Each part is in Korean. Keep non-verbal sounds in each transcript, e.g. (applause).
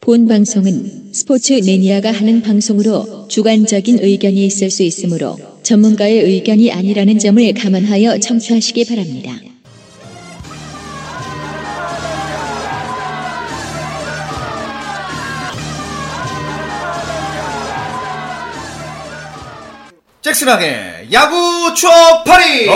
본 방송은 스포츠 매니아가 하는 방송으로 주관적인 의견이 있을 수 있으므로 전문가의 의견이 아니라는 점을 감안하여 청취하시기 바랍니다. 잭슨하게 야구 추억 파리!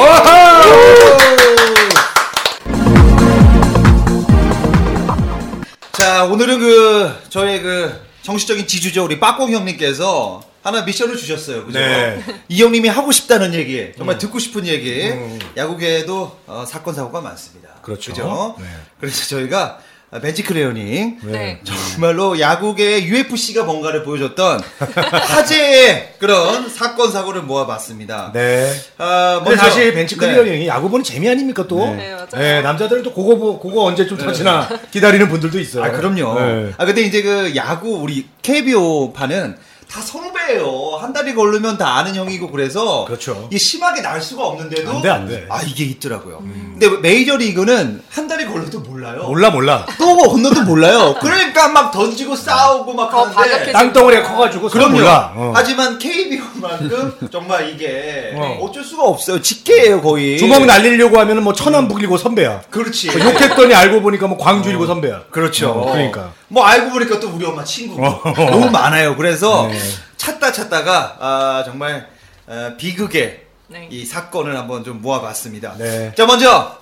자, 오늘은 그, 저의 그, 정식적인 지주죠. 우리 빠꽁 형님께서 하나 미션을 주셨어요. 그죠? 네. 이 형님이 하고 싶다는 얘기, 정말 듣고 싶은 얘기. 야구계에도 어, 사건, 사고가 많습니다. 음. 그렇죠. 그죠? 네. 그래서 저희가 아, 벤치 크레오닝 네. 정말로 야구계의 UFC가 뭔가를 보여줬던 화제의 그런 사건 사고를 모아봤습니다. 네. 아, 근데 사실 벤치 네. 클리어링이 야구 보는 재미 아닙니까 또? 네, 맞아요. 남자들은 또 그거 보- 그거 언제 좀 터지나 기다리는 분들도 있어요. 네. 아 그럼요. 네. 아 근데 이제 그 야구 우리 KBO 판은 다 선배예요. 한 달이 걸르면 다 아는 형이고 그래서 그렇죠. 이게 심하게 날 수가 없는데도 안 돼, 안 돼. 아 이게 있더라고요. 근데 메이저 리그는 한 달이 걸려도 아, 몰라요. 몰라 몰라. 또 건너도 몰라요. 그러니까 막 던지고 싸우고 막 더 하는데 (laughs) 반역해지고. 땅덩어리가 커가지고 서로 그럼요. 아, 몰라. 어. 하지만 (laughs) KBO만큼 정말 이게 어. 어. 쩔 수가 없어요. 직계예요 음. 거의. 주먹 날리려고 하면 뭐 천안북이고 선배야. 그렇지. 뭐 욕했더니 알고 보니까 뭐 광주이고 선배야. 어. 그렇죠. 어, 그러니까. 어. 뭐 알고 보니까 또 우리 엄마 친구 너무 많아요. 그래서 네. 찾다 찾다가 아, 정말 어, 비극의 네. 이 사건을 한번 좀 모아봤습니다. 네. 자 먼저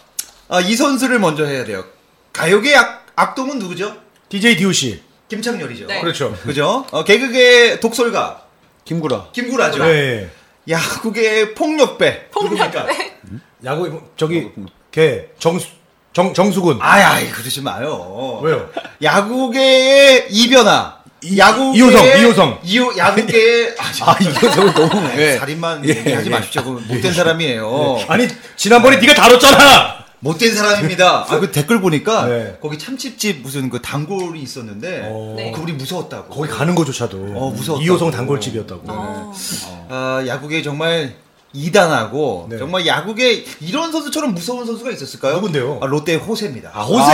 아, 이 선수를 먼저 해야 돼요. 가요계 악, 악동은 누구죠? DJ DOC. 김창렬이죠. 네. 그렇죠. 그죠? 어, 개그계 독설가 김구라. 김구라죠. 네. 야구계 폭력배 누굽니까? 야구 저기 걔 정수 정 어, 정수군. 음. 아이, 아이, 그러지 마요. 왜요? 야구계의 이변화. 야구계 이호성, 이호성. 이호, 야구계의 (laughs) 아, 아, 이거 저거 너무. 예. 살인만 예, 얘기하지 예. 마십시오. 그건 못된 사람이에요. 아니 지난번에 네가 다뤘잖아. 못된 사람입니다. 아, 그 댓글 보니까 네. 거기 참치집 무슨 그 단골이 있었는데 어. 네. 그 우리 무서웠다고. 거기 가는 거조차도 어, 무서웠다고. 어. 이호성 단골집이었다고. 아, 야구계 정말 이단하고 네. 정말 야구계 이런 선수처럼 무서운 선수가 있었을까요? 누군데요? 아, 롯데의 호세입니다. 아, 호세.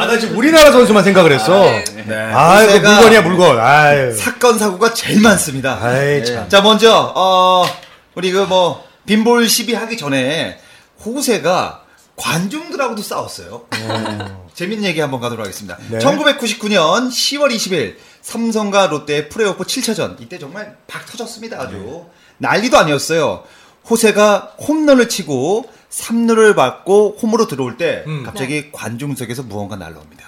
아, 나 지금 우리나라 선수만 생각을 했어. 아, 네. 아, 이거 호세가 물건이야, 물건. 아유. 예. 사건 사고가 제일 많습니다. 아이, 예. 참. 자 먼저 어 우리 그 뭐 빈볼 시비 하기 전에 호세가 관중들하고도 싸웠어요. 재밌는 얘기 한번 가도록 하겠습니다. 네. 1999년 10월 20일 삼성과 롯데의 프레이오프 7차전 이때 정말 박 터졌습니다. 아주 네. 난리도 아니었어요. 호세가 홈런을 치고 3루를 받고 홈으로 들어올 때 음. 갑자기 관중석에서 무언가 날라옵니다.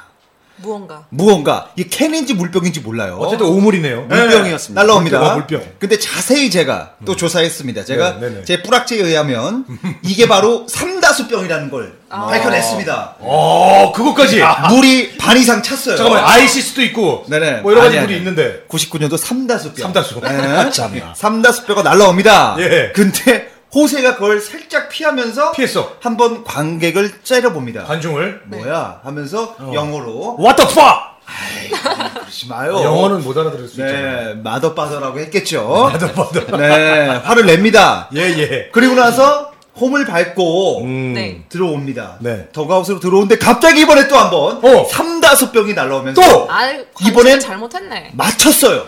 무언가. 무언가 이 캔인지 물병인지 몰라요. 어쨌든 오물이네요. 물병이었습니다. 날라옵니다. 물병, 물병. 근데 자세히 제가 또 조사했습니다. 제가 네, 네, 네. 제 뿌락지에 의하면 이게 (laughs) 바로 삼다수병이라는 걸 밝혀냈습니다. 아, 어, 그것까지. 물이 반 이상 찼어요. 잠깐만, 아이시스도 있고. 네네. 뭐 여러 가지 아니, 물이 아니. 있는데. 99년도 삼다수병. 삼다수. 네. 아, 참나. 삼다수병이 날라옵니다. 예. 근데 호세가 그걸 살짝 피하면서 피했어. 한번 관객을 째려봅니다. 네. 관중을. 뭐야 하면서 영어로 What the fuck! 그러지 마요. 영어는 못 알아들을 수 있잖아. 네, 마더바더라고 했겠죠. 마더바더. 네, 화를 냅니다. 예, 예. 그리고 나서 홈을 밟고 음. 네. 들어옵니다. 네. 더가웃으로 들어오는데 갑자기 이번에 또 한번 어. 삼다수 병이 날라오면서 또! 아, 이번엔- 이번엔 잘못했네. 맞췄어요.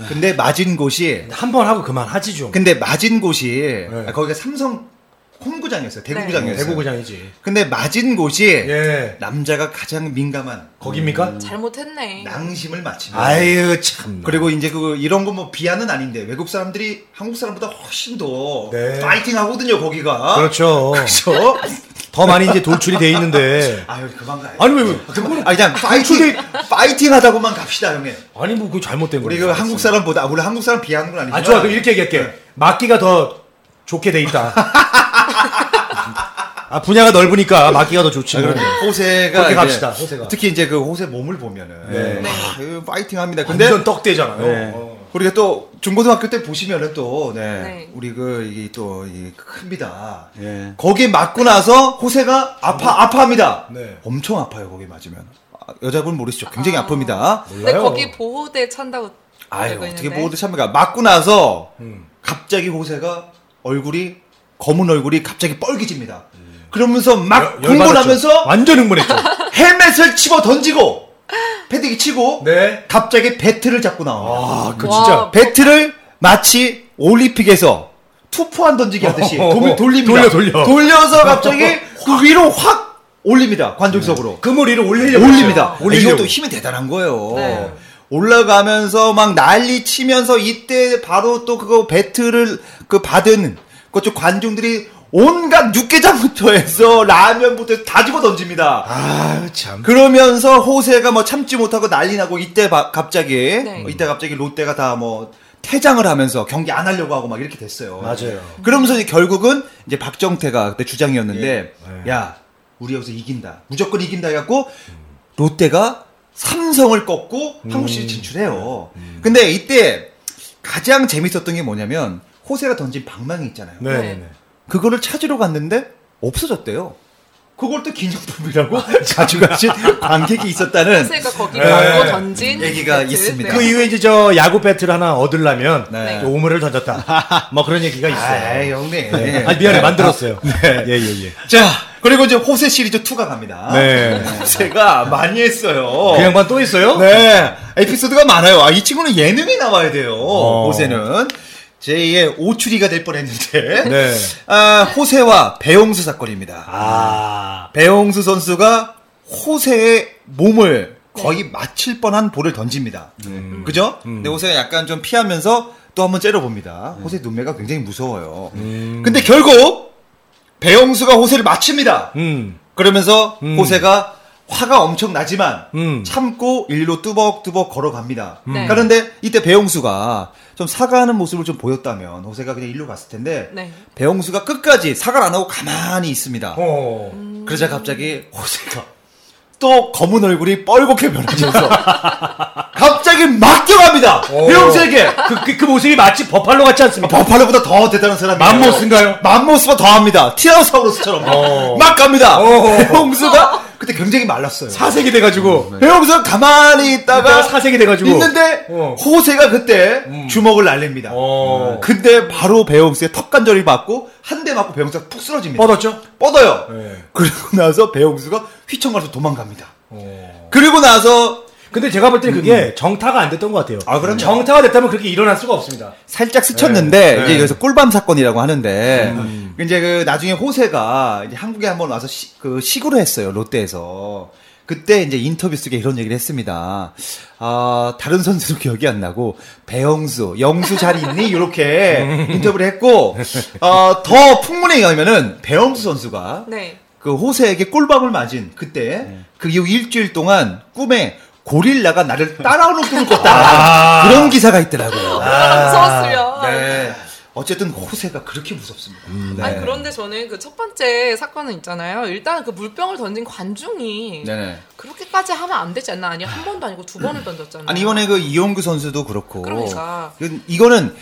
아. 근데 맞은 곳이 한 번 하고 그만하지 좀. 근데 맞은 곳이 네. 아, 거기가 삼성 홈구장이었어요. 대구구장이었어요. 대구구장이지. 근데 맞은 곳이 예. 남자가 가장 민감한 음, 거깁니까? 잘못했네. 낭심을 맞춥니다. 아유, 참. 그리고 이제 그 이런 거 뭐 비하는 아닌데 외국 사람들이 한국 사람보다 훨씬 더 네. 파이팅 하거든요 거기가. (laughs) 그렇죠. 그렇죠. 더 많이 이제 돌출이 돼 있는데. 아유 그만 가요. 아니, 왜, 왜. 아 그냥 파이팅 파이팅 하다고만 갑시다 형님. 아니, 뭐, 그거 잘못된 거야. 우리 그 한국 사람보다 물론 한국 사람 비하는 건 아니지만 아 좋아 그럼 이렇게 얘기할게 막기가 더 좋게 돼 있다 아 분야가 넓으니까 막기가 더 좋지 뭐. 어, 호세가 그렇게 이제 갑시다, 호세가. 네. 특히 이제 그 호세 몸을 보면은 아, 파이팅합니다. 근데 완전 떡대잖아요 네. 어. 우리가 또 중고등학교 때 보시면은 또 네. 네. 우리 그 이게 또 이게 큽니다. 예. 거기에 맞고 나서 호세가 아파 아파합니다. 어. 네. 엄청 아파요 거기 맞으면 아, 여자분 모르시죠? 굉장히 아... 픕니다 근데 몰라요. 거기 보호대 찬다고. 아유 알고 어떻게 있는데. 보호도 참가 맞고 나서 음. 갑자기 호세가 얼굴이 검은 얼굴이 갑자기 뻘개집니다. 그러면서 막 열- 열받았죠. 공분하면서 완전 흥분했죠 헬멧을 치고 던지고 패딩이 치고 (laughs) 네. 갑자기 배트를 잡고 나옵니다. 아, 그 와. 진짜. 배트를 마치 올림픽에서 투포한 던지기 (laughs) 하듯이 돌, 돌립니다. 돌려, 돌려. 돌려서 갑자기 (laughs) 그 위로 확 올립니다. 관중석으로. 그물 위로 올리려고. 올립니다. 올리려 이것도 힘이 대단한 거예요. 네. 올라가면서 막 난리 치면서 이때 바로 또 그거 배트를 그 받은 그쪽 관중들이 온갖 육개장부터 해서 라면부터 해서 다 집어 던집니다. 아, 참. 그러면서 호세가 뭐 참지 못하고 난리 나고 이때 바- 갑자기 네. 이때 갑자기 롯데가 다 뭐 퇴장을 하면서 경기 안 하려고 하고 막 이렇게 됐어요. 맞아요. 그러면서 이제 결국은 이제 박정태가 그때 주장이었는데 예. 예. 야 우리 여기서 이긴다 무조건 이긴다 해갖고 롯데가 삼성을 꺾고 한국 음. 시리즈 진출해요. 근데 이때 가장 재밌었던 게 뭐냐면 호세가 던진 방망이 있잖아요. 네, 네, 네. 그거를 찾으러 갔는데 없어졌대요. 그걸 또 아, 기념품이라고 가져가신 관객이 있었다는 그러니까 거기 네. 걸고 던진 얘기가 배트. 있습니다. 네. 그 이후에 이제 저 야구 배트를 하나 얻으려면 네. 또 오물을 던졌다. (laughs) 뭐 그런 얘기가 아, 있어요. 형님. 네. 아, 미안해. 만들었어요. 예, 예, 예. 자, 그리고 이제 호세 시리즈 2가 갑니다. 네. 호세가 많이 했어요. 그 양반 또 있어요? 네. 에피소드가 많아요. 아, 이 친구는 예능에 나와야 돼요. 어. 호세는. 제2의 오추리가 될 뻔했는데. (laughs) 네. 아, 호세와 배용수 사건입니다. 아. 배용수 선수가 호세의 몸을 네. 거의 맞힐 뻔한 볼을 던집니다. 음. 그죠? 근데 호세가 약간 좀 피하면서 또 한번 째려봅니다. 네. 호세 눈매가 굉장히 무서워요. 음. 근데 결국 배용수가 호세를 맞춥니다. 음. 그러면서 호세가 화가 엄청 나지만 음. 참고 일로 뚜벅뚜벅 걸어갑니다. 네. 그런데 이때 배용수가 좀 사과하는 모습을 좀 보였다면 호세가 그냥 일로 갔을 텐데 네. 배용수가 끝까지 사과를 안 하고 가만히 있습니다. 어. 그러자 갑자기 호세가 또 검은 얼굴이 뻘겋게 (laughs) 변하면서 갑자기 막 들어갑니다. 어, 오. 배용수에게 그, 그, 그 모습이 마치 버팔로 같지 않습니까? 버팔로보다 더 대단한 사람이 맘모스인가요? 맘모스가 더합니다. 티라노사우루스처럼 어. 막 갑니다. 어. 배용수가 그때 굉장히 말랐어요. 사색이 돼가지고. 배용수가 가만히 내가 있다가 음, 네. 사색이 돼가지고. 있는데 어. 음. 호세가 그때 주먹을 날립니다. 어. 근데 바로 배용수의 턱 관절이 맞고 한 대 맞고 배용수가 푹 쓰러집니다. 뻗었죠? 뻗어요. 네. 그리고 나서 배용수가 휘청가서 도망갑니다. 그리고 나서 어. 근데 제가 볼 때는 그게 정타가 안 됐던 것 같아요. 아, 그럼요. 정타가 됐다면 그렇게 일어날 수가 없습니다. 살짝 스쳤는데 네. 이제 네. 음. 여기서 꿀밤 사건이라고 하는데 이제 그 나중에 호세가 이제 한국에 한번 와서 시, 그 시구를 했어요 롯데에서 그때 이제 인터뷰 속에 이런 얘기를 했습니다. 아 다른 선수도 기억이 안 나고 배영수, 영수 잘 있니 이렇게 음. 인터뷰를 했고 어, 더 풍문에 의하면은 배영수 선수가 네. 그 호세에게 꿀밤을 맞은 그때 네. 그 이후 일주일 동안 꿈에 고릴라가 나를 따라오는 꿈을 꿨다 아. 그런 기사가 있더라고요. 아, 무서웠으려. 네. 어쨌든 호세가 그렇게 무섭습니다. 네. 음, 아니 그런데 저는 그 첫 번째 사건은 있잖아요. 일단 그 물병을 던진 관중이 네네. 그렇게까지 하면 안 되지 않나? 아니 한 번도 아니고 두 번을 던졌잖아요. 아니 이번에 그 이용규 선수도 그렇고. 음. 그러니까. 이건- 이거는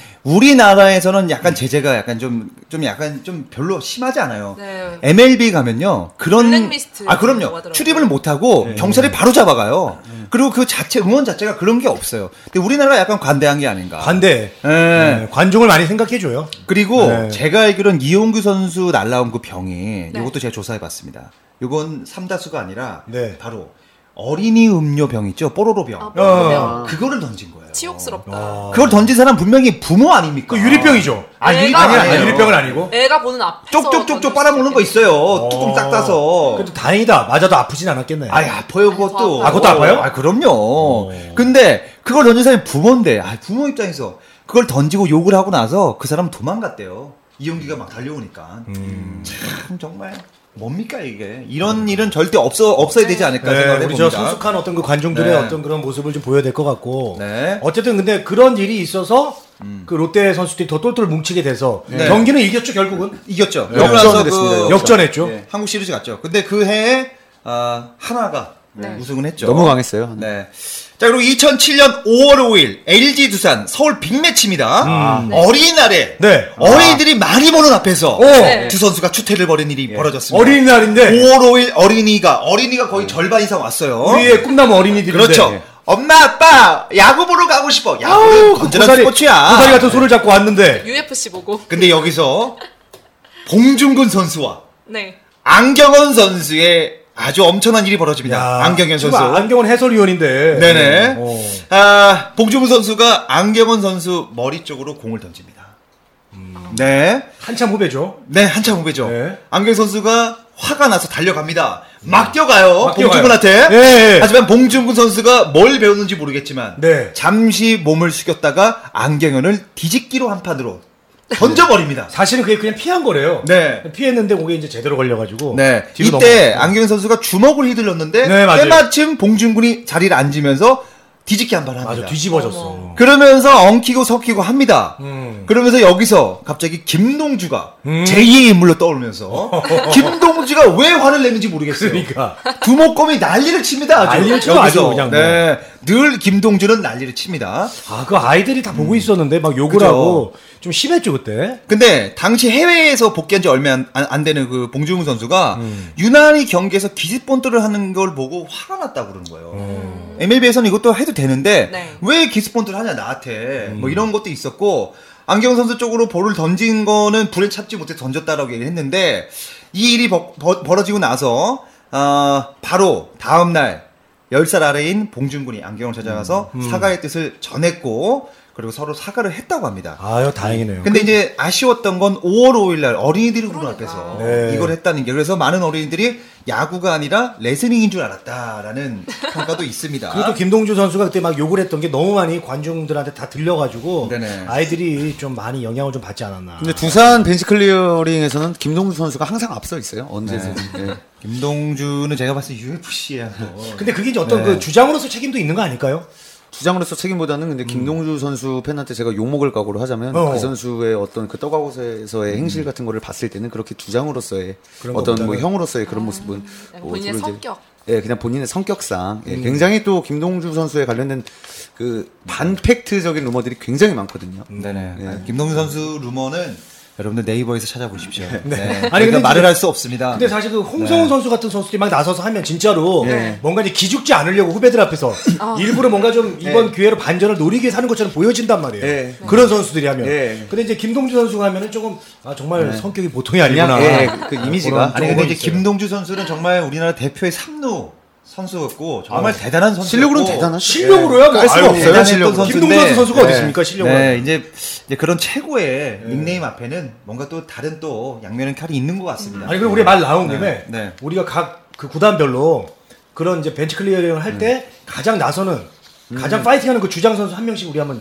우리나라에서는 약간 제재가 약간 좀 좀 약간 좀 별로 심하지 않아요. 네. MLB 가면요 그런 블랙리스트 아 그럼요 하더라고요. 출입을 못 하고 경찰이 바로 잡아가요. 그리고 그 자체 응원 자체가 그런 게 없어요. 근데 우리나라 가 약간 관대한 게 아닌가. 반대. 예. 네, 관중을 많이 생각해줘요. 그리고 네. 제가 알기로는 이용규 선수 날라온 그 병이 네. 이것도 제가 조사해봤습니다. 이건 삼다수가 아니라 네. 바로 어린이 음료 병 있죠, 뽀로로 병. 아, 어. 뽀로로병. 그거를 던진 거예요. 치욕스럽다. 그걸 던진 사람 분명히 부모 아닙니까? 그 유리병이죠. 아, 유리, 내가 아니, 아. 아니야, 아니, 아니에요. 유리병은 아니고. 애가 보는 앞에서 쪽쪽쪽쪽 던졌을 빨아먹는 거 때. 있어요. 뚜껑 딱 따서. 그래도 다행이다. 맞아도 아프진 않았겠네. 아이 아파요 그것도. 아, 그것도 아파요? 아 그럼요. 근데 그걸 던진 사람이 부모인데, 아 부모 입장에서 그걸 던지고 욕을 하고 나서 그 사람 도망갔대요. 이용기가 막 달려오니까. 참 정말 뭡니까 이게? 이런 일은 절대 없어 없어야 되지 않을까 네, 생각을 우리 저 해봅니다. 성숙한 어떤 그 관중들의 네. 어떤 그런 모습을 좀 보여야 될 것 같고. 네. 음. 어쨌든 근데 그런 일이 있어서 그 롯데 선수들이 더 똘똘 뭉치게 돼서 네. 경기는 이겼죠 결국은. 이겼죠. 역전이 그러고 나서 됐습니다, 그 역전. 역전했죠. 예, 한국 시리즈 갔죠. 근데 그 해에 아, 한화가 네. 우승을 했죠. 너무 강했어요. 네. 자, 그리고 2007년 5월 5일 LG 두산 서울 빅매치입니다. 어린이날에 음. 아, 네. 어린이들이 많이 보는 앞에서 네. 두 선수가 추태를 벌인 일이 벌어졌습니다. 예. 어린이날인데 음. 5월 5일 어린이가 어린이가 거의 절반 이상 왔어요. 우리의 꿈나무 어린이들인데. 예. 그렇죠. 엄마 아빠 야구 보러 가고 싶어. 야구는 아우 건전한 그 고사리, 스포츠야. 고사리 같은 소를 잡고 왔는데. UFC 보고. 근데 여기서 봉준근 선수와 네. 안경원 선수의 아주 엄청난 일이 벌어집니다. 야, 안경현 지금 선수. 안경은 해설위원인데. 네네. 어. 아, 봉주부 선수가 안경원 선수 머리 쪽으로 공을 던집니다. 네. 한참 후배죠. 네, 한참 후배죠. 음. 네. 음. 안경 선수가 화가 나서 달려갑니다. 막 뛰어가요. 막 봉준군한테. 뛰어가요. 네. 하지만 봉준군 선수가 뭘 배웠는지 모르겠지만 네. 잠시 몸을 숙였다가 안경현을 뒤집기로 한 판으로 던져버립니다. 네. 사실은 그게 그냥 피한 거래요. 네. 피했는데 그게 이제 제대로 걸려가지고. 네. 뒤로 이때 넘어갔어요. 안경현 선수가 주먹을 휘둘렀는데 네, 맞아요. 때마침 봉준군이 자리를 앉으면서 뒤집기 한 판 합니다. 맞아 뒤집어졌어. 그러면서 엉키고 섞이고 합니다. 음. 그러면서 여기서 갑자기 김동주가 음. 제2의 인물로 (laughs) 떠오르면서 김동주가 왜 화를 내는지 모르겠어요. 그러니까. 두목검이 난리를 칩니다. 아주. 난리를 치고 아주 그냥 뭐. 네. 늘 김동주는 난리를 칩니다. 아, 그 아이들이 다 보고 있었는데 막 욕을 음. 그죠. 하고 좀 심했죠 그때. 근데 당시 해외에서 복귀한 지 얼마 안, 안- 안 되는 그 봉준호 선수가 유난히 경기에서 기습본트를 하는 걸 보고 화가 났다 고 그러는 거예요. MLB에서는 이것도 해도 되는데 네. 왜 기습본트를 하냐 나한테 뭐 이런 것도 있었고 안경 선수 쪽으로 볼을 던진 거는 불에 참지 못해 던졌다라고 얘기를 했는데 이 일이 버- 버- 벌어지고 나서 아, 바로 다음 날 10살 아래인 봉준군이 안경을 찾아가서 사과의 뜻을 전했고 그리고 서로 사과를 했다고 합니다. 아유 다행이네요. 근데 이제 아쉬웠던 건 5월 5일 날 어린이들이 구분 그러니까. 앞에서 네. 이걸 했다는 게 그래서 많은 어린이들이 야구가 아니라 레슬링인 줄 (laughs) 알았다라는 평가도 있습니다. 그리고 또 김동주 선수가 그때 막 욕을 했던 게 너무 많이 관중들한테 다 들려가지고 네네. 아이들이 좀 많이 영향을 좀 받지 않았나. 근데 두산 벤치 클리어링에서는 김동주 선수가 항상 앞서 있어요. 언제든지. 네. 김동주는 제가 봤을 때 UFC에 한번 (laughs) 근데 그게 이제 네. 어떤 그 주장으로서 책임도 있는 거 아닐까요? 주장으로서 책임보다는 근데 김동주 선수 팬한테 제가 욕먹을 각오로 하자면 어. 그 선수의 어떤 그 떡하고서에서의 행실 같은 거를 봤을 때는 그렇게 주장으로서의 그런 어떤 뭐 것보다는- 형으로서의 그런 모습은 그냥 뭐 음. 본인의 주로 이제- 성격. 예, 그냥 본인의 성격상 예, 굉장히 또 김동주 선수에 관련된 그 반팩트적인 루머들이 굉장히 많거든요. 네네. 아, 김동주 선수 루머는 여러분들 네이버에서 찾아보십시오. 네. 아니, 아니 근데 근데 말을 이제- 할 수 없습니다. 근데 사실 그 네. 홍성훈 선수 같은 선수들이 막 나서서 하면 진짜로 뭔가 이제 기죽지 않으려고 후배들 (laughs) 앞에서 아. 일부러 뭔가 좀 이번 기회로 반전을 노리기 위해서 하는 것처럼 보여진단 말이에요. 네. 그런 선수들이 하면. 네. 근데 이제 김동주 선수가 하면은 조금 아 정말 성격이 보통이 아니구나. 그냥, 예, 그 이미지가. 네. 아니 근데 이제 있어요. 김동주 선수는 정말 우리나라 대표의 3루 선수였고 아, 정말 대단한 선수. 실력으로는 대단하죠. 예. 실력으로야 뭐 깔 수가 아유, 없어요. 대단했던 실력으로. 그러니까 선수. 김동주 선수인데. 선수가 어디 네. 있습니까 실력은? 네, 이제, 이제 그런 최고의 닉네임 앞에는 뭔가 또 다른 또 양면의 칼이 있는 것 같습니다. 아니 그럼 우리 말 나온 김에 네. 우리가 각 그 구단별로 그런 이제 벤치 클리어링을 할 때 음. 가장 나서는 가장 파이팅하는 그 주장 선수 한 명씩 우리 한번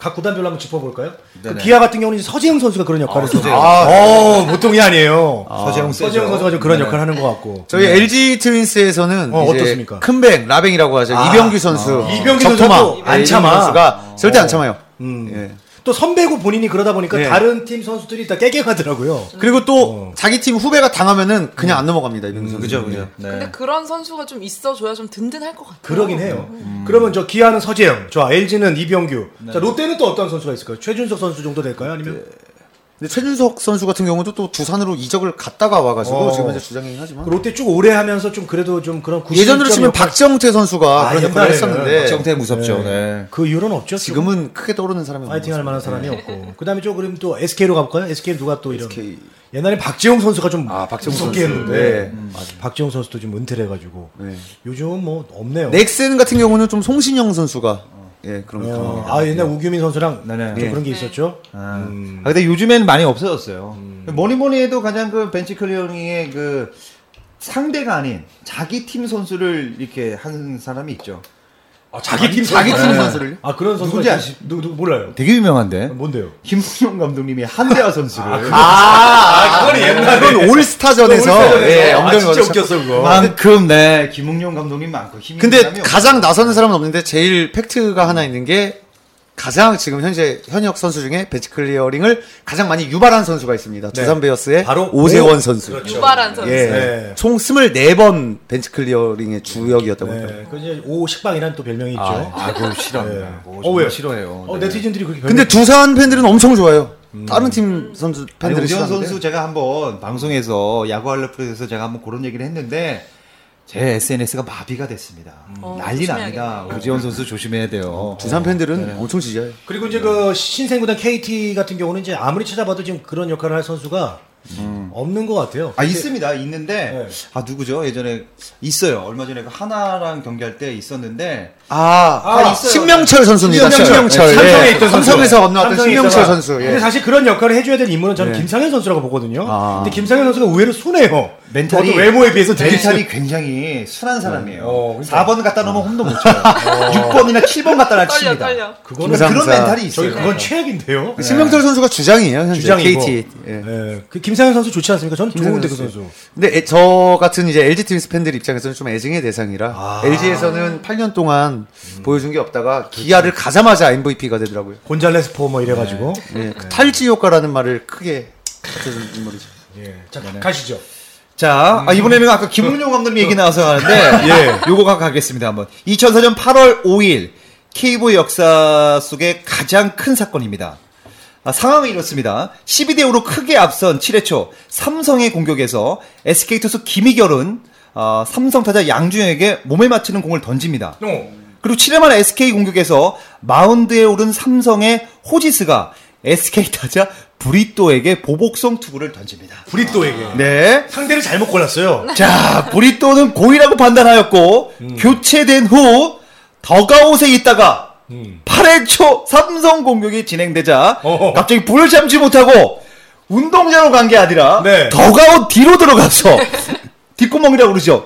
각 구단별로 한번 짚어볼까요? 그 네네. 아, 기아 같은 경우는 이제 서재영 선수가 그런 역할을 좀. 서재영. 어, 보통이 아니에요. 네. 서재영 세죠. 서재영 선수가 좀 그런 네네. 역할을 하는 것 같고. 저희 LG 트윈스에서는 어, 이제 어떻습니까? 큰뱅 라뱅이라고 하죠. 아. 이병규 선수, 아. 이병규 적토마. 선수도 안 예, 이병규 참아. 어. 음. 선수가 절대 안 참아요. 예. 또 선배고 본인이 그러다 보니까 네. 다른 팀 선수들이 다 깨갱하더라고요. 음. 그리고 또 어. 자기 팀 후배가 당하면은 음. 그냥 안 넘어갑니다. 이병규 선수. 네. 그죠, 그죠. 근데 그런 선수가 좀 있어줘야 좀 든든할 것 같아요. 그러긴 해요. 음. 그러면 저 기아는 서재영, 저 LG는 이병규, 네. 자 롯데는 또 어떤 선수가 있을까요? 최준석 선수 정도 될까요? 아니면 근데 최준석 선수 같은 경우도 또 두산으로 이적을 갔다가 와가지고 어. 지금 이제 주장이긴 하지만 그 롯데 쭉 오래 하면서 좀 그래도 좀 그런 90 예전으로 점 치면 역할- 박정태 선수가 아, 그런 역할을 옛날에는 했었는데 정태 무섭죠. 네. 그 이유는 없죠. 지금은 크게 떠오르는 사람이 없는 파이팅할 것 만한 같습니다. 예. 사람이 없고. 그다음에 좀 그럼 또 SK로 가볼까요? SK 누가 또 이런. SK. 옛날에 박지용 선수가 좀 아, 박지용 무섭게 선수. 했는데 네. 음. 박지용 선수도 지금 은퇴를 해가지고 네. 요즘은 뭐 없네요. 넥센 같은 경우는 좀 송신영 선수가 예 그런 어, 경우입니다. 네. 아 옛날 우규민 선수랑 네네. 좀 예. 그런 게 있었죠. 아, 음. 아, 근데 요즘엔 많이 없어졌어요. 뭐니 뭐니 해도 가장 그 벤치 클리어링의 그 상대가 아닌 자기 팀 선수를 이렇게 하는 사람이 있죠. 자기 팀 자기 팀 선수를요? 아 그런 선수가 누군지 있- 아시- 누, 누 몰라요. 되게 유명한데. 뭔데요? 김승용 감독님이 한대화 선수를 아, 아, 그건 옛날에. 그건 올스타전에서 예, 아, 엉덩이 진짜 맞았죠. 웃겼어 그거. 만큼 네 김웅용 감독님 많고 힘 음, 근데 가장 나서는 사람은 없는데 제일 팩트가 하나 있는 게 가장 지금 현재 현역 선수 중에 벤치 클리어링을 가장 많이 유발한 선수가 있습니다. 두산 베어스의 네. 바로 오세원 오- 선수. 그렇죠. 유발한 선수. 예. 네. 총 24번 벤치 클리어링의 주역이었다고 합니다. 네, 그 이제 오식빵이라는 또 별명이 있죠. 아그 싫어합니다. 네. 그거 어, 정말 왜요? 싫어해요. 어, 네. 네티즌들이 그렇게 근데 두산 팬들은 엄청 좋아요. 음. 다른 팀 선수 아니, 팬들이 오지원 싫어하는데. 선수 제가 한번 방송에서 야구 할래 프로에서 제가 한번 그런 얘기를 했는데 제 SNS가 마비가 됐습니다. 어, 난리 납니다. 조심해야겠네요. 오지원 선수 조심해야 어. 돼요. 두산 팬들은 네. 엄청 지지해요. 그리고 이제 그 신생구단 KT 같은 경우는 이제 아무리 찾아봐도 지금 그런 역할을 할 선수가 음. 없는 것 같아요. 아 있습니다. 있는데 네. 아 누구죠? 예전에 있어요. 얼마 전에 그 하나랑 경기할 때 있었는데 아, 아, 있어요. 신명철 선수입니다. 신명철. 네. 신명철. 삼성에 예. 있던 선수. 삼성에서 건너왔던 삼성에 신명철 있다가. 선수. 예. 네. 근데 사실 그런 역할을 해줘야 될 인물은 저는 김상현 선수라고 보거든요. 아. 근데 김상현 선수가 의외로 순해요. 멘탈이 어떤 외모에 비해서 되게 멘탈이 굉장히 순한 사람이에요. 네. 어, 그러니까. 4번 갖다 놓으면 홈도 못 쳐요. (laughs) 6번이나 7번 (laughs) 갖다 놔 떨려, 칩니다. 떨려. 그거는 어. 김상- 그런 김상사. 멘탈이 있어요. 저희 그건 최악인데요. 네. 네. 신명철 선수가 주장이에요. 현재 주장이고. KT. 예. 예. 그 김상현 선수 좋지 않습니까? 저는 어, 좋은데 그 선수. 근데 애- 저 같은 이제 LG 트윈스 팬들 입장에서는 좀 애증의 대상이라 아. LG에서는 8년 동안 음. 보여준 게 없다가 기아를 가자마자 MVP가 되더라고요. 곤잘레스포 뭐 이래가지고. 네. 예. 그 탈지 효과라는 말을 크게 붙여준 인물이죠. 예. 자 네, 가시죠. 자, 아, 이번에는 아까 김웅룡 감독님 얘기 나와서 하는데, 예, 요거 가- 가겠습니다, 한번. 2004년 8월 5일, KBO 역사 속의 가장 큰 사건입니다. 아, 상황이 이렇습니다. 12대 5로 크게 앞선 7회 초, 그렇죠. 삼성의 공격에서 SK 투수 김희결은, 아, 삼성 타자 양준영에게 몸에 맞추는 공을 던집니다. 어, 그리고 7회말 SK 공격에서 마운드에 오른 삼성의 호지스가 SK 타자 브리또에게 보복성 투구를 던집니다. 브리또에게 네. 상대를 잘못 골랐어요. 네. 자, 브리또는 고의라고 판단하였고, 음. 교체된 후, 더가웃에 있다가, 음. 8회 초 삼성 공격이 진행되자, 어허. 갑자기 불을 참지 못하고, 운동장으로 간 게 아니라, 네. 더가웃 뒤로 들어가서, (laughs) 뒷구멍이라고 그러죠.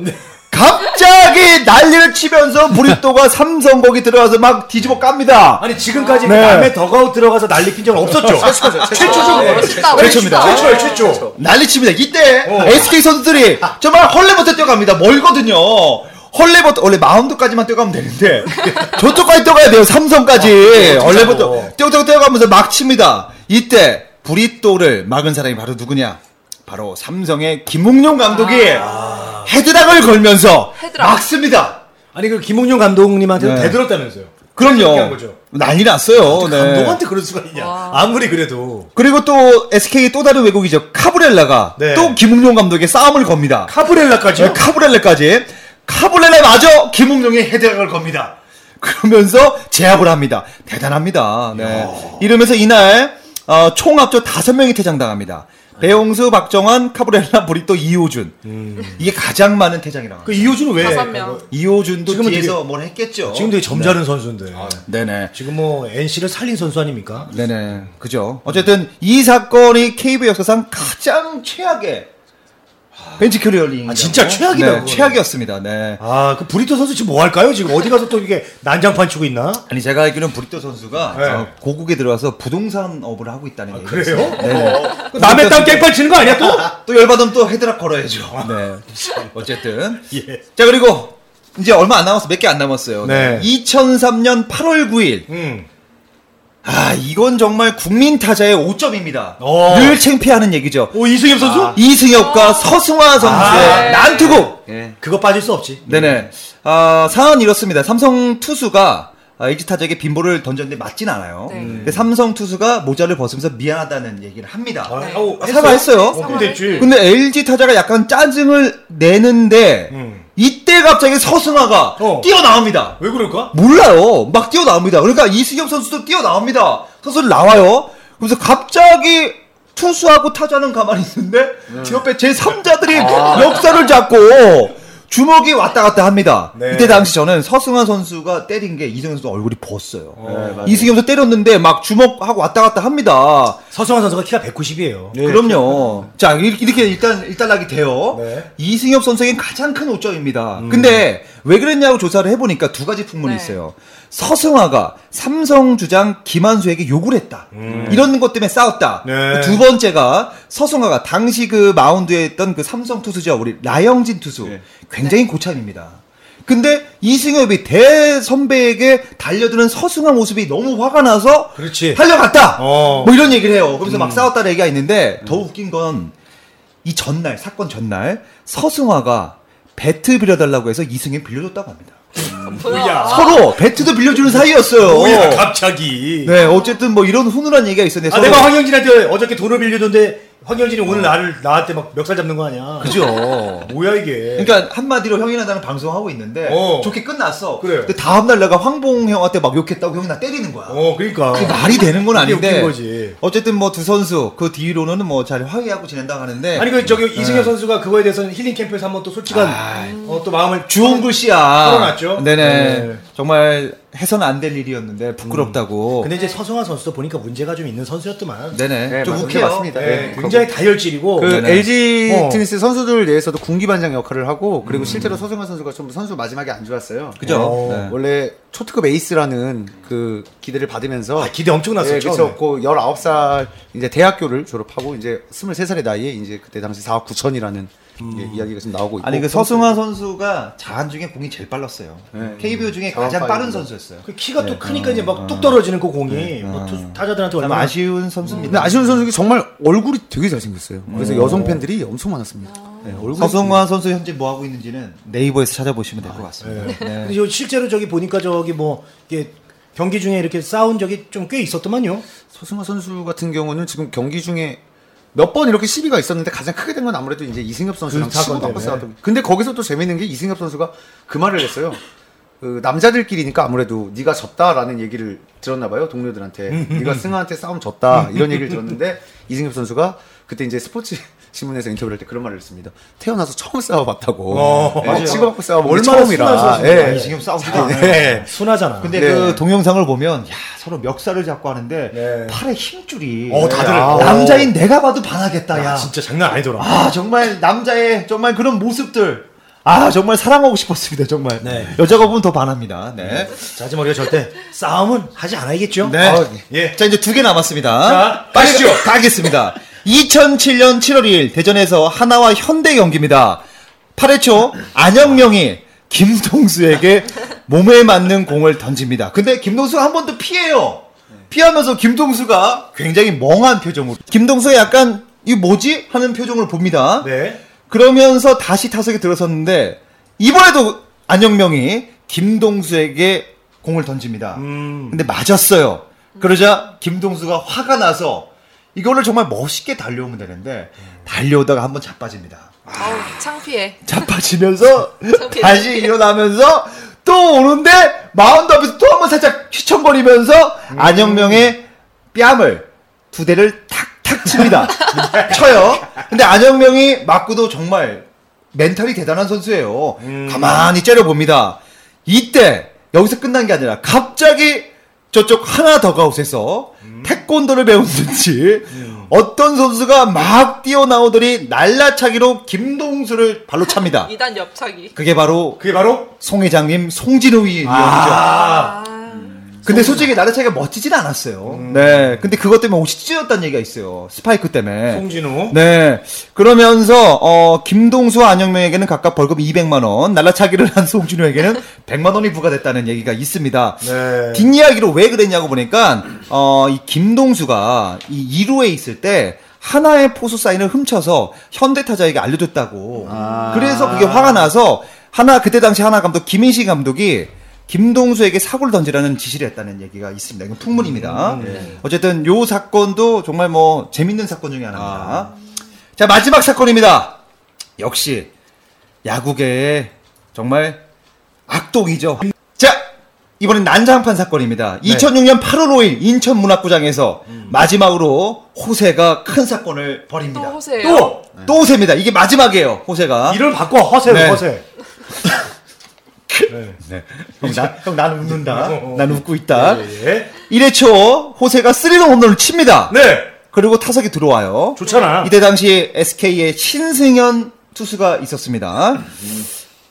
갑자기 난리를 치면서 브리또가 삼성 거기 들어가서 막 뒤집어 깝니다. 아니 지금까지 네. 남의 더가웃 들어가서 난리 핀 적은 없었죠. (laughs) 최초죠. 아, 네. 멋있다, 최초입니다. 멋있다. 네. 최초예요, 최초. 난리칩니다. 이때 어. SK (laughs) 선수들이 정말 헐레버터 뛰어갑니다. 멀거든요. 헐레버터 원래 마운드까지만 뛰어가면 (laughs) 되는데 저쪽까지 뛰어가야 돼요. 삼성까지 아, 헐레버터 진짜로. 뛰어뛰어 뛰어가면서 막 칩니다. 이때 브리또를 막은 사람이 바로 누구냐? 바로 삼성의 김웅룡 감독이 아. 헤드락을 걸면서 헤드락. 막습니다. 아니 그 김웅룡 감독님한테도 네. 대들었다면서요. 그럼요. 한 거죠. 아, 난리 났어요. 네. 감독한테 그럴 수가 있냐? 와. 아무리 그래도 그리고 또 SK의 또 다른 외국이죠. 카브렐라가 네. 또 김웅룡 감독의 싸움을 겁니다. 카브렐라까지. 네, 카브렐레까지 카브렐레 마저 김웅룡의 헤드락을 겁니다. 그러면서 제압을 합니다. 대단합니다. 네. 이러면서 이날 어, 총 합조 5명이 퇴장당합니다. 네. 배용수, 박정환, 카브렐라, 브리또, 이호준. 이게 가장 많은 퇴장이라고 합니다. 음. 그 이호준은 왜? 예. 다섯 명. 이호준도 지금은 뒤에서 뭘 했겠죠. 지금 되게 점잖은 선수인데. 네네. 지금 뭐 NC를 살린 선수 아닙니까? 네네. 그죠. 어쨌든 이 사건이 KBO 역사상 가장 최악의 벤치 큐리얼링. 아, 진짜 최악이다, 그거는. 최악이었습니다. 네. 아, 그 브리토 선수 지금 뭐 할까요? 지금 어디 가서 또 이게 난장판 치고 있나? 아니 제가 알기로는 브리또 선수가 네. 아, 저 고국에 들어와서 부동산 업을 하고 있다는 얘기가 그래요? 있어요. 네. 그 남의 땅 깽판 치는 거 아니야 또? 또 열받으면 또 헤드락 걸어야죠. 네. 어쨌든 (laughs) 예. 자 그리고 이제 얼마 안 남았어 몇 개 안 남았어요. 네. 2003년 8월 9일 음. 아 이건 정말 국민 타자의 오점입니다. 어. 아. 늘 창피하는 얘기죠. 오 이승엽 선수? 이승엽과 서승화 선수의 아. 난투구. 그거 빠질 수 없지. 네네. 아, 상황은 이렇습니다. 삼성 투수가 아, LG 타자에게 빈볼을 던졌는데 맞진 않아요. 네. 음. 근데 삼성 투수가 모자를 벗으면서 미안하다는 얘기를 합니다. 아, 네. 아우, 아, 사과했어요. 어, 됐지. 근데 LG 타자가 약간 짜증을 내는데 음. 이때 갑자기 서승화가 어. 뛰어나옵니다. 왜 그럴까? 몰라요. 막 뛰어나옵니다. 그러니까 이승엽 선수도 뛰어나옵니다. 선수는 나와요. 그래서 갑자기 투수하고 타자는 가만히 있는데 제 옆에 제 3자들이 멱살을 잡고 주먹이 왔다 갔다 합니다. 네. 이때 당시 저는 서승환 선수가 때린 게 이승엽 선수 얼굴이 부었어요. 이승엽 선수 때렸는데 막 주먹하고 왔다 갔다 합니다. 어, 서성환 선수가 키가 190이에요. 네. 그럼요. 자, 이렇게 이렇게 일단 일단락이 돼요. 네. 음. 이승엽 선수에겐 가장 큰 오점입니다. 근데 왜 그랬냐고 조사를 해보니까 두 가지 풍문이 네. 있어요. 서승화가 삼성 주장 김한수에게 욕을 했다. 이런 것 때문에 싸웠다. 음. 그 네. 두 번째가 서승화가 당시 그 마운드에 있던 그 삼성 투수죠. 우리 라영진 투수. 네. 굉장히 고참입니다. 근데 이승엽이 대선배에게 달려드는 서승화 모습이 너무 화가 나서 그렇지. 달려갔다. 어. 음. 뭐 이런 얘기를 해요. 그러면서 막 싸웠다는 얘기가 있는데 더 웃긴 건 이 전날 사건 전날 서승화가 배트 빌려달라고 해서 이승엽 빌려줬다고 합니다. 뭐야. 서로 배트도 빌려주는 사이였어요. 아. 음. 뭐야 갑자기. 네, 어쨌든 뭐 이런 훈훈한 얘기가 있었는데 아, 서로- 내가 황영진한테 어저께 돈을 빌려줬는데 황현진이 오늘 나를 나한테 막 멱살 잡는 거 아니야? 그죠. 뭐야 이게? 그러니까 한마디로 형이랑 나랑 방송하고 있는데 네. 어. 좋게 끝났어. 그래요. 근데 다음 날 내가 황봉 형한테 막 욕했다고 형이 나 때리는 거야. 어, 그러니까. 그게 말이 되는 건 그게 아닌데. 웃긴 거지. 어쨌든 뭐 두 선수 그 뒤로는 뭐 잘 화해하고 지낸다 하는데 아니 그 네. 저기 이승엽 선수가 그거에 대해서는 힐링 캠프에서 한번 또 솔직한 아, 어, 또 마음을 주홍글 씨야. 털어놨죠? 네네. 네. 정말 해선 안 될 일이었는데 부끄럽다고. 음. 근데 이제 서성환 선수도 보니까 문제가 좀 있는 선수였더만. 네네. 네, 좀 맞- 웃겨요. 맞습니다. 네, 네. 굉장히 다혈질이고 그 네네. LG 어. 트윈스 선수들 내에서도 군기 반장 역할을 하고 그리고 음. 실제로 서승환 선수가 좀 선수 마지막에 안 좋았어요. 그죠? 어. 네. 원래 초특급 에이스라는 그 기대를 받으면서 아, 기대 엄청 났었죠. 예, 그렇죠. 그 19살 이제 대학교를 졸업하고 이제 23살의 나이에 이제 그때 당시 4억 9천이라는 음. 예, 이야기가 지금 나오고 있고 아니 뭐 그 서승환 선수가 자한 중에 공이 제일 빨랐어요. 네. KBO 중에 자원 가장 빠른 빠른 거. 선수였어요. 그 키가 네. 또 크니까 이제 막 뚝 떨어지는 그 공이 뭐 투수- 어. 타자들한테 참 얼마나 아쉬운 선수입니다. 근데 아쉬운 선수가 정말 얼굴이 되게 잘생겼어요. 그래서 음. 여성 팬들이 엄청 많았습니다. 네, 얼굴이 서승환 선수 현재 뭐 하고 있는지는 네이버에서 찾아보시면 될 것 같습니다. 네. 네. 근데 저 실제로 저기 보니까 저기 뭐 이게 경기 중에 이렇게 싸운 적이 좀 꽤 있었더만요. 서승환 선수 같은 경우는 지금 경기 중에 몇 번 이렇게 시비가 있었는데 가장 크게 된 건 아무래도 이제 이승엽 선수랑 그 사건 치고 받고 때문에. 싸웠던. 근데 거기서 또 재밌는 게 이승엽 선수가 그 말을 했어요. 그 남자들끼리니까 아무래도 네가 졌다라는 얘기를 들었나 봐요 동료들한테. 네가 승아한테 싸움 졌다 이런 얘기를 들었는데 이승엽 선수가 그때 이제 스포츠 (laughs) 신문에서 인터뷰할 때 그런 말을 했습니다. 태어나서 처음 싸워봤다고. 어, 예, 맞아요. 치고 받고 싸워 얼마나 얼마나 처음이라. 순한 예. 아니, 네. 지금 네. 싸우지도 않아요. 예. 순하잖아. 근데 네. 그 동영상을 보면 야 서로 멱살을 잡고 하는데 네. 팔에 힘줄이 어, 다들- 야, 어. 남자인 내가 봐도 반하겠다 아, 야, 야. 진짜 장난 아니더라. 아 정말 남자의 정말 그런 모습들 아 정말 사랑하고 싶었습니다 정말 네. 여자가 보면 더 반합니다 네. 자지머리가 절대 싸움은 하지 않아야겠죠. 네. 아, 예. 자, 이제 두 개 남았습니다. 자, 빨리 가시죠. 가- 가겠습니다. 2007년 7월 2일 대전에서 하나와 현대 경기입니다. 8회 초 안영명이 김동수에게 몸에 맞는 공을 던집니다. 근데 김동수가 한 번 더 피해요. 피하면서 김동수가 굉장히 멍한 표정으로 김동수가 약간 이 뭐지 하는 표정을 봅니다. 네. 그러면서 다시 타석에 들어섰는데 이번에도 안영명이 김동수에게 공을 던집니다. 음. 근데 맞았어요. 그러자 김동수가 화가 나서 이거를 정말 멋있게 달려오면 되는데 달려오다가 한번 자빠집니다. 어우, 창피해. 자빠지면서 저기. 다시 일어나면서 또 오는데 마운드 앞에서 또 한번 살짝 휘청거리면서 안영명의 뺨을 두 대를 탁탁 칩니다. 쳐요. 근데 안영명이 맞고도 정말 멘탈이 대단한 선수예요. 가만히 째려봅니다. 이때 여기서 끝난 게 아니라 갑자기 저쪽 하나 더 가웃에서 태권도를 배우는지 어떤 선수가 막 뛰어나오더니 날라차기로 김동수를 발로 찹니다. 2단 옆차기. 그게 바로 그게 바로 송 회장님 송진우 위원이죠. 아. 아, 근데 솔직히 날라차기가 멋지진 않았어요. 네. 근데 그것 때문에 옷이 찢어졌다는 얘기가 있어요. 스파이크 때문에. 아, 송진우. 네. 그러면서 어, 김동수와 안영명에게는 각각 벌금 200만 원, 날라차기를 한 송준호에게는 (laughs) 100만 원이 부과됐다는 얘기가 있습니다. 네. 뒷이야기로 왜 그랬냐고 보니까 어, 이 김동수가 이 2루에 있을 때 하나의 포수 사인을 훔쳐서 현대 타자에게 알려줬다고. 그래서 그게 화가 나서 하나 그때 당시 하나 감독 김인식 감독이 김동수에게 사고를 던지라는 지시를 했다는 얘기가 있습니다. 이건 풍문입니다. 어쨌든 요 사건도 정말 뭐 재밌는 사건 중에 하나입니다. 자 마지막 사건입니다. 역시 야구계의 정말 악독이죠. 자 이번엔 난장판 사건입니다. 네. 2006년 8월 5일 인천 문학구장에서 음. 마지막으로 호세가 큰 사건을 벌입니다. 또 호세예요? 또, 또 호세입니다. 이게 마지막이에요. 호세가. 네. 아. 이를 바꿔 허세로 네. 허세. 형, (laughs) 나, 형, 나는 웃는다. 어, 어. 난 웃고 있다. 예. 1회 초 호세가 쓰리런 홈런을 칩니다. 네. 그리고 타석에 들어와요. 좋잖아. 이때 당시 SK의 신승현 투수가 있었습니다.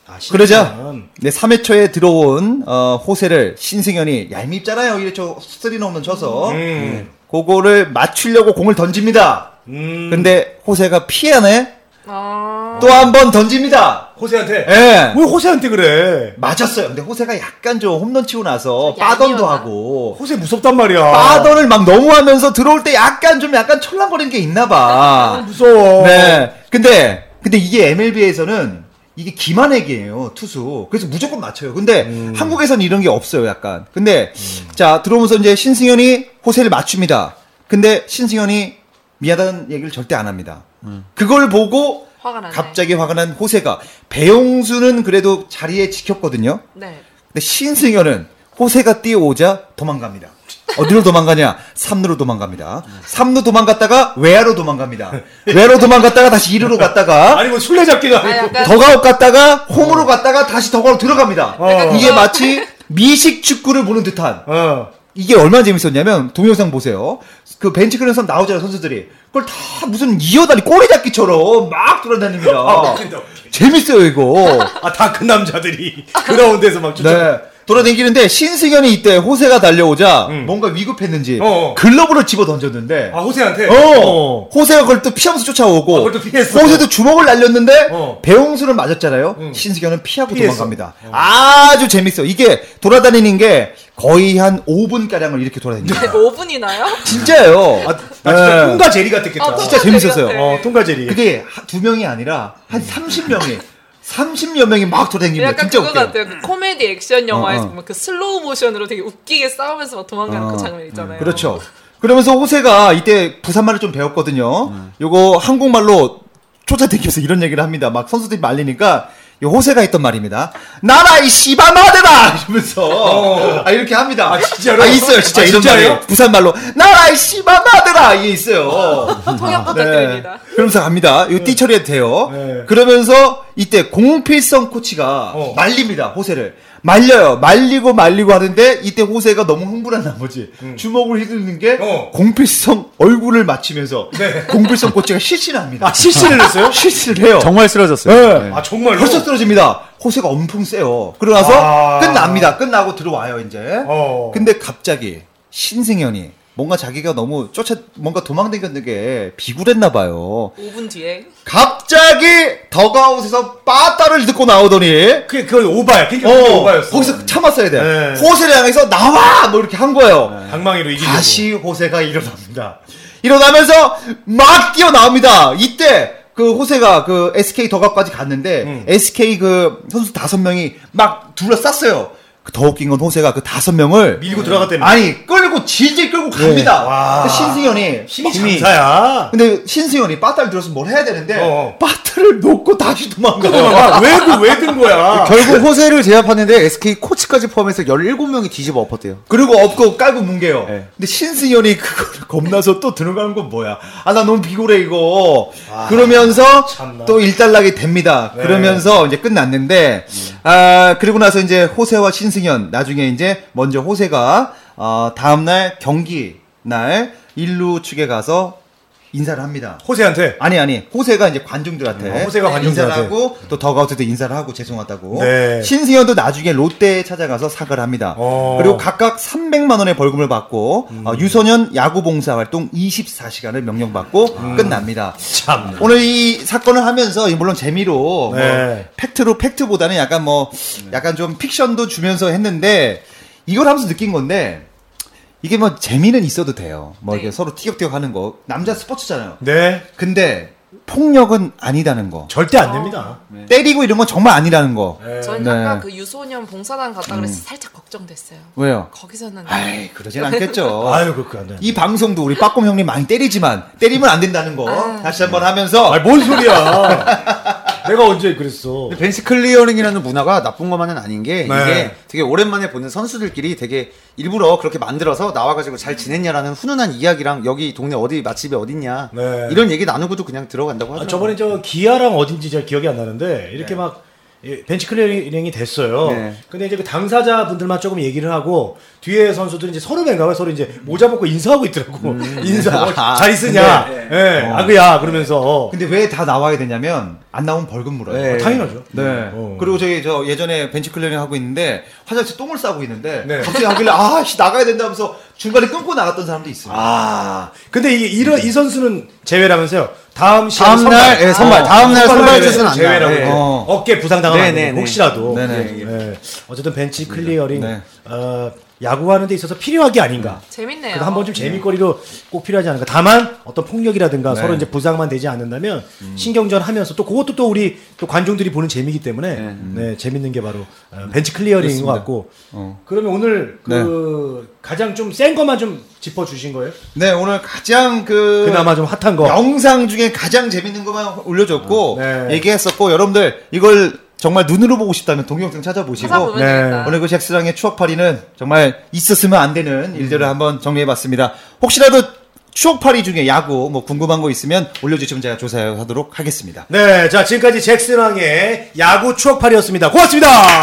아, 그러자 신기한. 네, 3회 초에 들어온 어, 호세를 신승현이 얄밉잖아요. 1회 초 쓰리런 홈런 쳐서 음. 그거를 맞추려고 공을 던집니다. 음. 근데 호세가 피안에 아, 또 한 번 던집니다. 호세한테. 예. 왜 호세한테 그래? 맞았어요. 근데 호세가 약간 좀 홈런 치고 나서 좀 어. 빠던도 얄미웠나? 하고 호세 무섭단 말이야. 빠던을 막 넘어하면서 들어올 때 약간 좀 약간 철렁거리는 게 있나 아, 봐. 무서워. 네. 근데 근데 이게 MLB에서는 이게 기만액이에요 투수. 그래서 무조건 맞춰요. 근데 한국에서는 이런 게 없어요. 약간. 근데 자 들어오면서 이제 신승현이 호세를 맞춥니다. 근데 신승현이 미안하다는 얘기를 절대 안 합니다. 그걸 보고 화가 나네. 갑자기 화가 난 호세가 배용수는 그래도 자리에 지켰거든요. 네. 근데 신승현은 호세가 뛰어오자 도망갑니다. 어디로 도망가냐? 삼루로 도망갑니다. 삼루 도망갔다가 외야로 도망갑니다. 외야로 도망갔다가 다시 이루로 갔다가 아니 뭐 술래잡기도 아, 아니고. 약간 더가웃 갔다가 홈으로 갔다가 다시 더가웃 들어갑니다. 약간 이게 어. 그러니까 그거- 마치 미식 축구를 보는 듯한 어. 이게 얼마나 재밌었냐면 동영상 보세요. 그 벤치 클에서 나오잖아요 선수들이 그걸 다 무슨 이어다니 꼬리잡기처럼 막 어, 돌아다닙니다. 재밌어요 이거. 아다 (laughs) 그 남자들이 그라운드에서 막 쫓아. 네. 돌아다니는데 신승현이 이때 호세가 달려오자 음. 뭔가 위급했는지 어어. 글러브를 집어 던졌는데 아 호세한테. 어. 호세가 그걸 또 피하면서 쫓아오고 아, 그걸 또 피했어. 호세도 주먹을 날렸는데 어. 배용수는 맞았잖아요. 응. 신승현은 피하고 피했어. 도망갑니다. 아주 재밌어요. 이게 돌아다니는 게 거의 한 5분 가량을 이렇게 (laughs) 네, 돌아다닙니다. 5분이나요? 진짜예요. 아, 나 진짜 네. 통과 제리 같았겠다. 아, 진짜 재밌었어요. 같아. 어 통과 제리. 그게 하- 두 명이 아니라 한 30명이 30여 명이 막 돌아다닙니다. 약간 진짜 그거 웃겨요. 같아요. 그 코미디 액션 영화에서 어, 어. 보면 그 슬로우 모션으로 되게 웃기게 싸우면서 막 도망가는 어, 그 장면 있잖아요. 그렇죠. 그러면서 호세가 이때 부산말을 좀 배웠거든요. 음. 요거 한국말로 쫓아다니면서 이런 얘기를 합니다. 막 선수들이 말리니까 요 호세가 했던 말입니다. 나라 이 씨발마대다 뭐 이러면서 아 이렇게 합니다. 아, 진짜로? 아, 있어요, 진짜 아, 이런 진짜예요? 말이 부산말로 나라 이 씨발마대다 뭐 이게 있어요. 통역 부탁드립니다. 네. 그러면서 갑니다. 이거 띠 처리해도 돼요. 네. 그러면서 이때 공필성 코치가 어. 말립니다. 호세를. 말려요. 말리고 말리고 하는데 이때 호세가 너무 흥분한 나머지 주먹을 휘두르는 게 음. 어. 네. 공필성 얼굴을 맞추면서 공필성 코치가 실신합니다. 아, 실신을 했어요? (laughs) 실신을 해요. 정말 쓰러졌어요. 네. 아 정말로. 아. 벌써 쓰러집니다. 호세가 엄청 세요. 그러고 나서 아. 끝납니다. 끝나고 들어와요, 이제. 어. 근데 갑자기 신승현이 뭔가 자기가 너무 쫓아, 뭔가 도망다니는 게 비굴했나 봐요. 5분 뒤에. 갑자기 더가웃에서 빠따를 듣고 나오더니 그게 그걸 오바야. 그게 어, 오바였어. 거기서 참았어야 돼. 네. 호세를 향해서 나와! 뭐 이렇게 한 거예요. 방망이로 이기려고. 다시 호세가 일어납니다. 일어나면서 막 뛰어 나옵니다. 이때 그 호세가 그 SK 더갑까지 갔는데 음. SK 그 선수 다섯 명이 막 둘러쌌어요. 그 더 웃긴 건 호세가 그 다섯 명을 밀고 들어갔다며. 네. 아니 끌고 질질 끌고 갑니다. 와. 근데 신승현이 힘이 힘이- 장사야. 근데 신승현이 빠따를 들었으면 뭘 해야 되는데 어. 아, 빠따를 놓고 다시 도망가요. 왜그왜든 거야. 결국 호세를 제압하는데 SK 코치까지 포함해서 17명이 뒤집어 엎었대요. 그리고 업고 깔고 뭉개요. 네. 근데 신승현이 그걸 (laughs) 겁나서 또 들어가는 건 뭐야? 아, 나 너무 비굴해, 이거. 그러면서 아, 참나. 또 일단락이 됩니다. 네. 음. 그러면서 이제 끝났는데, 아, 그리고 나서 이제 호세와 신승현, 나중에 이제 먼저 호세가, 어, 다음날 경기 날 일루 측에 가서 인사를 합니다. 호세한테. 아니 아니 호세가 이제 관중들한테 어, 호세가 관중들한테. 인사를 하고 또 더가우트도 인사를 하고 죄송하다고 네. 신승현도 나중에 롯데에 찾아가서 사과를 합니다 어. 음. 그리고 각각 300만 원의 벌금을 받고 어, 유소년 야구 봉사 활동 24시간을 명령받고 음. 끝납니다 참. 오늘 이 사건을 하면서 이 물론 재미로 뭐 네. 팩트로 팩트보다는 약간 뭐 약간 좀 픽션도 주면서 했는데 이걸 하면서 느낀 건데 이게 뭐 재미는 있어도 돼요 뭐 이게 네. 서로 티격태격 하는 거 남자 스포츠잖아요 네. 근데 폭력은 아니다는 거. 절대 안 됩니다. 때리고 이런 건 정말 아니라는 거. 네. 저는 네. 아까 그 유소년 봉사단 갔다 그래서 살짝 걱정됐어요. 왜요? 거기서는 아이, 그러진 않겠죠. (laughs) 아유 그거 안 돼. 이 방송도 우리 빠꼼 형님 많이 때리지만 때리면 안 된다는 거 다시 한번 하면서 아뭔 소리야. 내가 언제 그랬어. 근데 벤치 클리어링이라는 문화가 나쁜 것만은 아닌 네. 게 이게 되게 오랜만에 보는 선수들끼리 되게 일부러 그렇게 만들어서 나와가지고 잘 지냈냐라는 훈훈한 이야기랑 여기 동네 어디 맛집이 어딨냐 네. 이런 얘기 나누고도 그냥 들어간다고 하더라고요. 네. 아, 저번에 저 기아랑 어딘지 잘 기억이 안 나는데 이렇게 막 예, 벤치 클리어링이 됐어요. 네. 근데 이제 그 당사자 분들만 조금 얘기를 하고 뒤에 선수들이 이제 서로 맹가요 서로 이제 모자 벗고 인사하고 있더라고. (laughs) 인사. 아, 어. 어, 잘 있으냐? 예. 아그야 (laughs) 그러면서 어. 근데 왜 다 나와야 되냐면 안 나오면 벌금 물어요. 네. 당연하죠. 네. 어. 그리고 저기 저 예전에 벤치 클리닝 하고 있는데 화장실 똥을 싸고 있는데 네. 갑자기 하길래 아씨 나가야 된다 하면서 중간에 끊고 나갔던 사람도 있어요. 아, 근데 이, 이런, 이 선수는 제외라면서 다음 시합 다음 날 예, 선발 어, 다음 날 선발을 선발 투수는 안 제외라고 나와요. 네. 어. 어깨 부상 당하면 안 네네네. 되니까 혹시라도 네네. 예. 어쨌든 예. 벤치 클리어링 네. 어, 야구하는 데 있어서 필요한 게 아닌가. 음, 재밌네요. 그래도 한번 좀 재미거리로 꼭 필요하지 않을까. 다만 어떤 폭력이라든가 서로 이제 부상만 되지 않는다면 신경전 하면서 또 그것도 또 우리 또 관중들이 보는 재미이기 때문에 네, 재밌는 게 바로 어, 벤치 클리어링인 것 같고. 그러면 오늘 그 가장 좀 센 것만 좀 짚어 주신 거예요? 네, 오늘 가장 그 그나마 좀 핫한 거. 영상 중에 가장 재밌는 것만 올려줬고 아, 네. 얘기했었고 여러분들 이걸 정말 눈으로 보고 싶다면 동영상 찾아보시고 찾아보면 네. 되겠다. 오늘 그 잭스랑의 추억팔이는 정말 있었으면 안 되는 음. 일들을 한번 정리해봤습니다. 혹시라도 추억팔이 중에 야구 뭐 궁금한 거 있으면 올려주시면 제가 조사하도록 하겠습니다. 네, 자 지금까지 잭슨왕의 야구 추억팔이었습니다. 고맙습니다.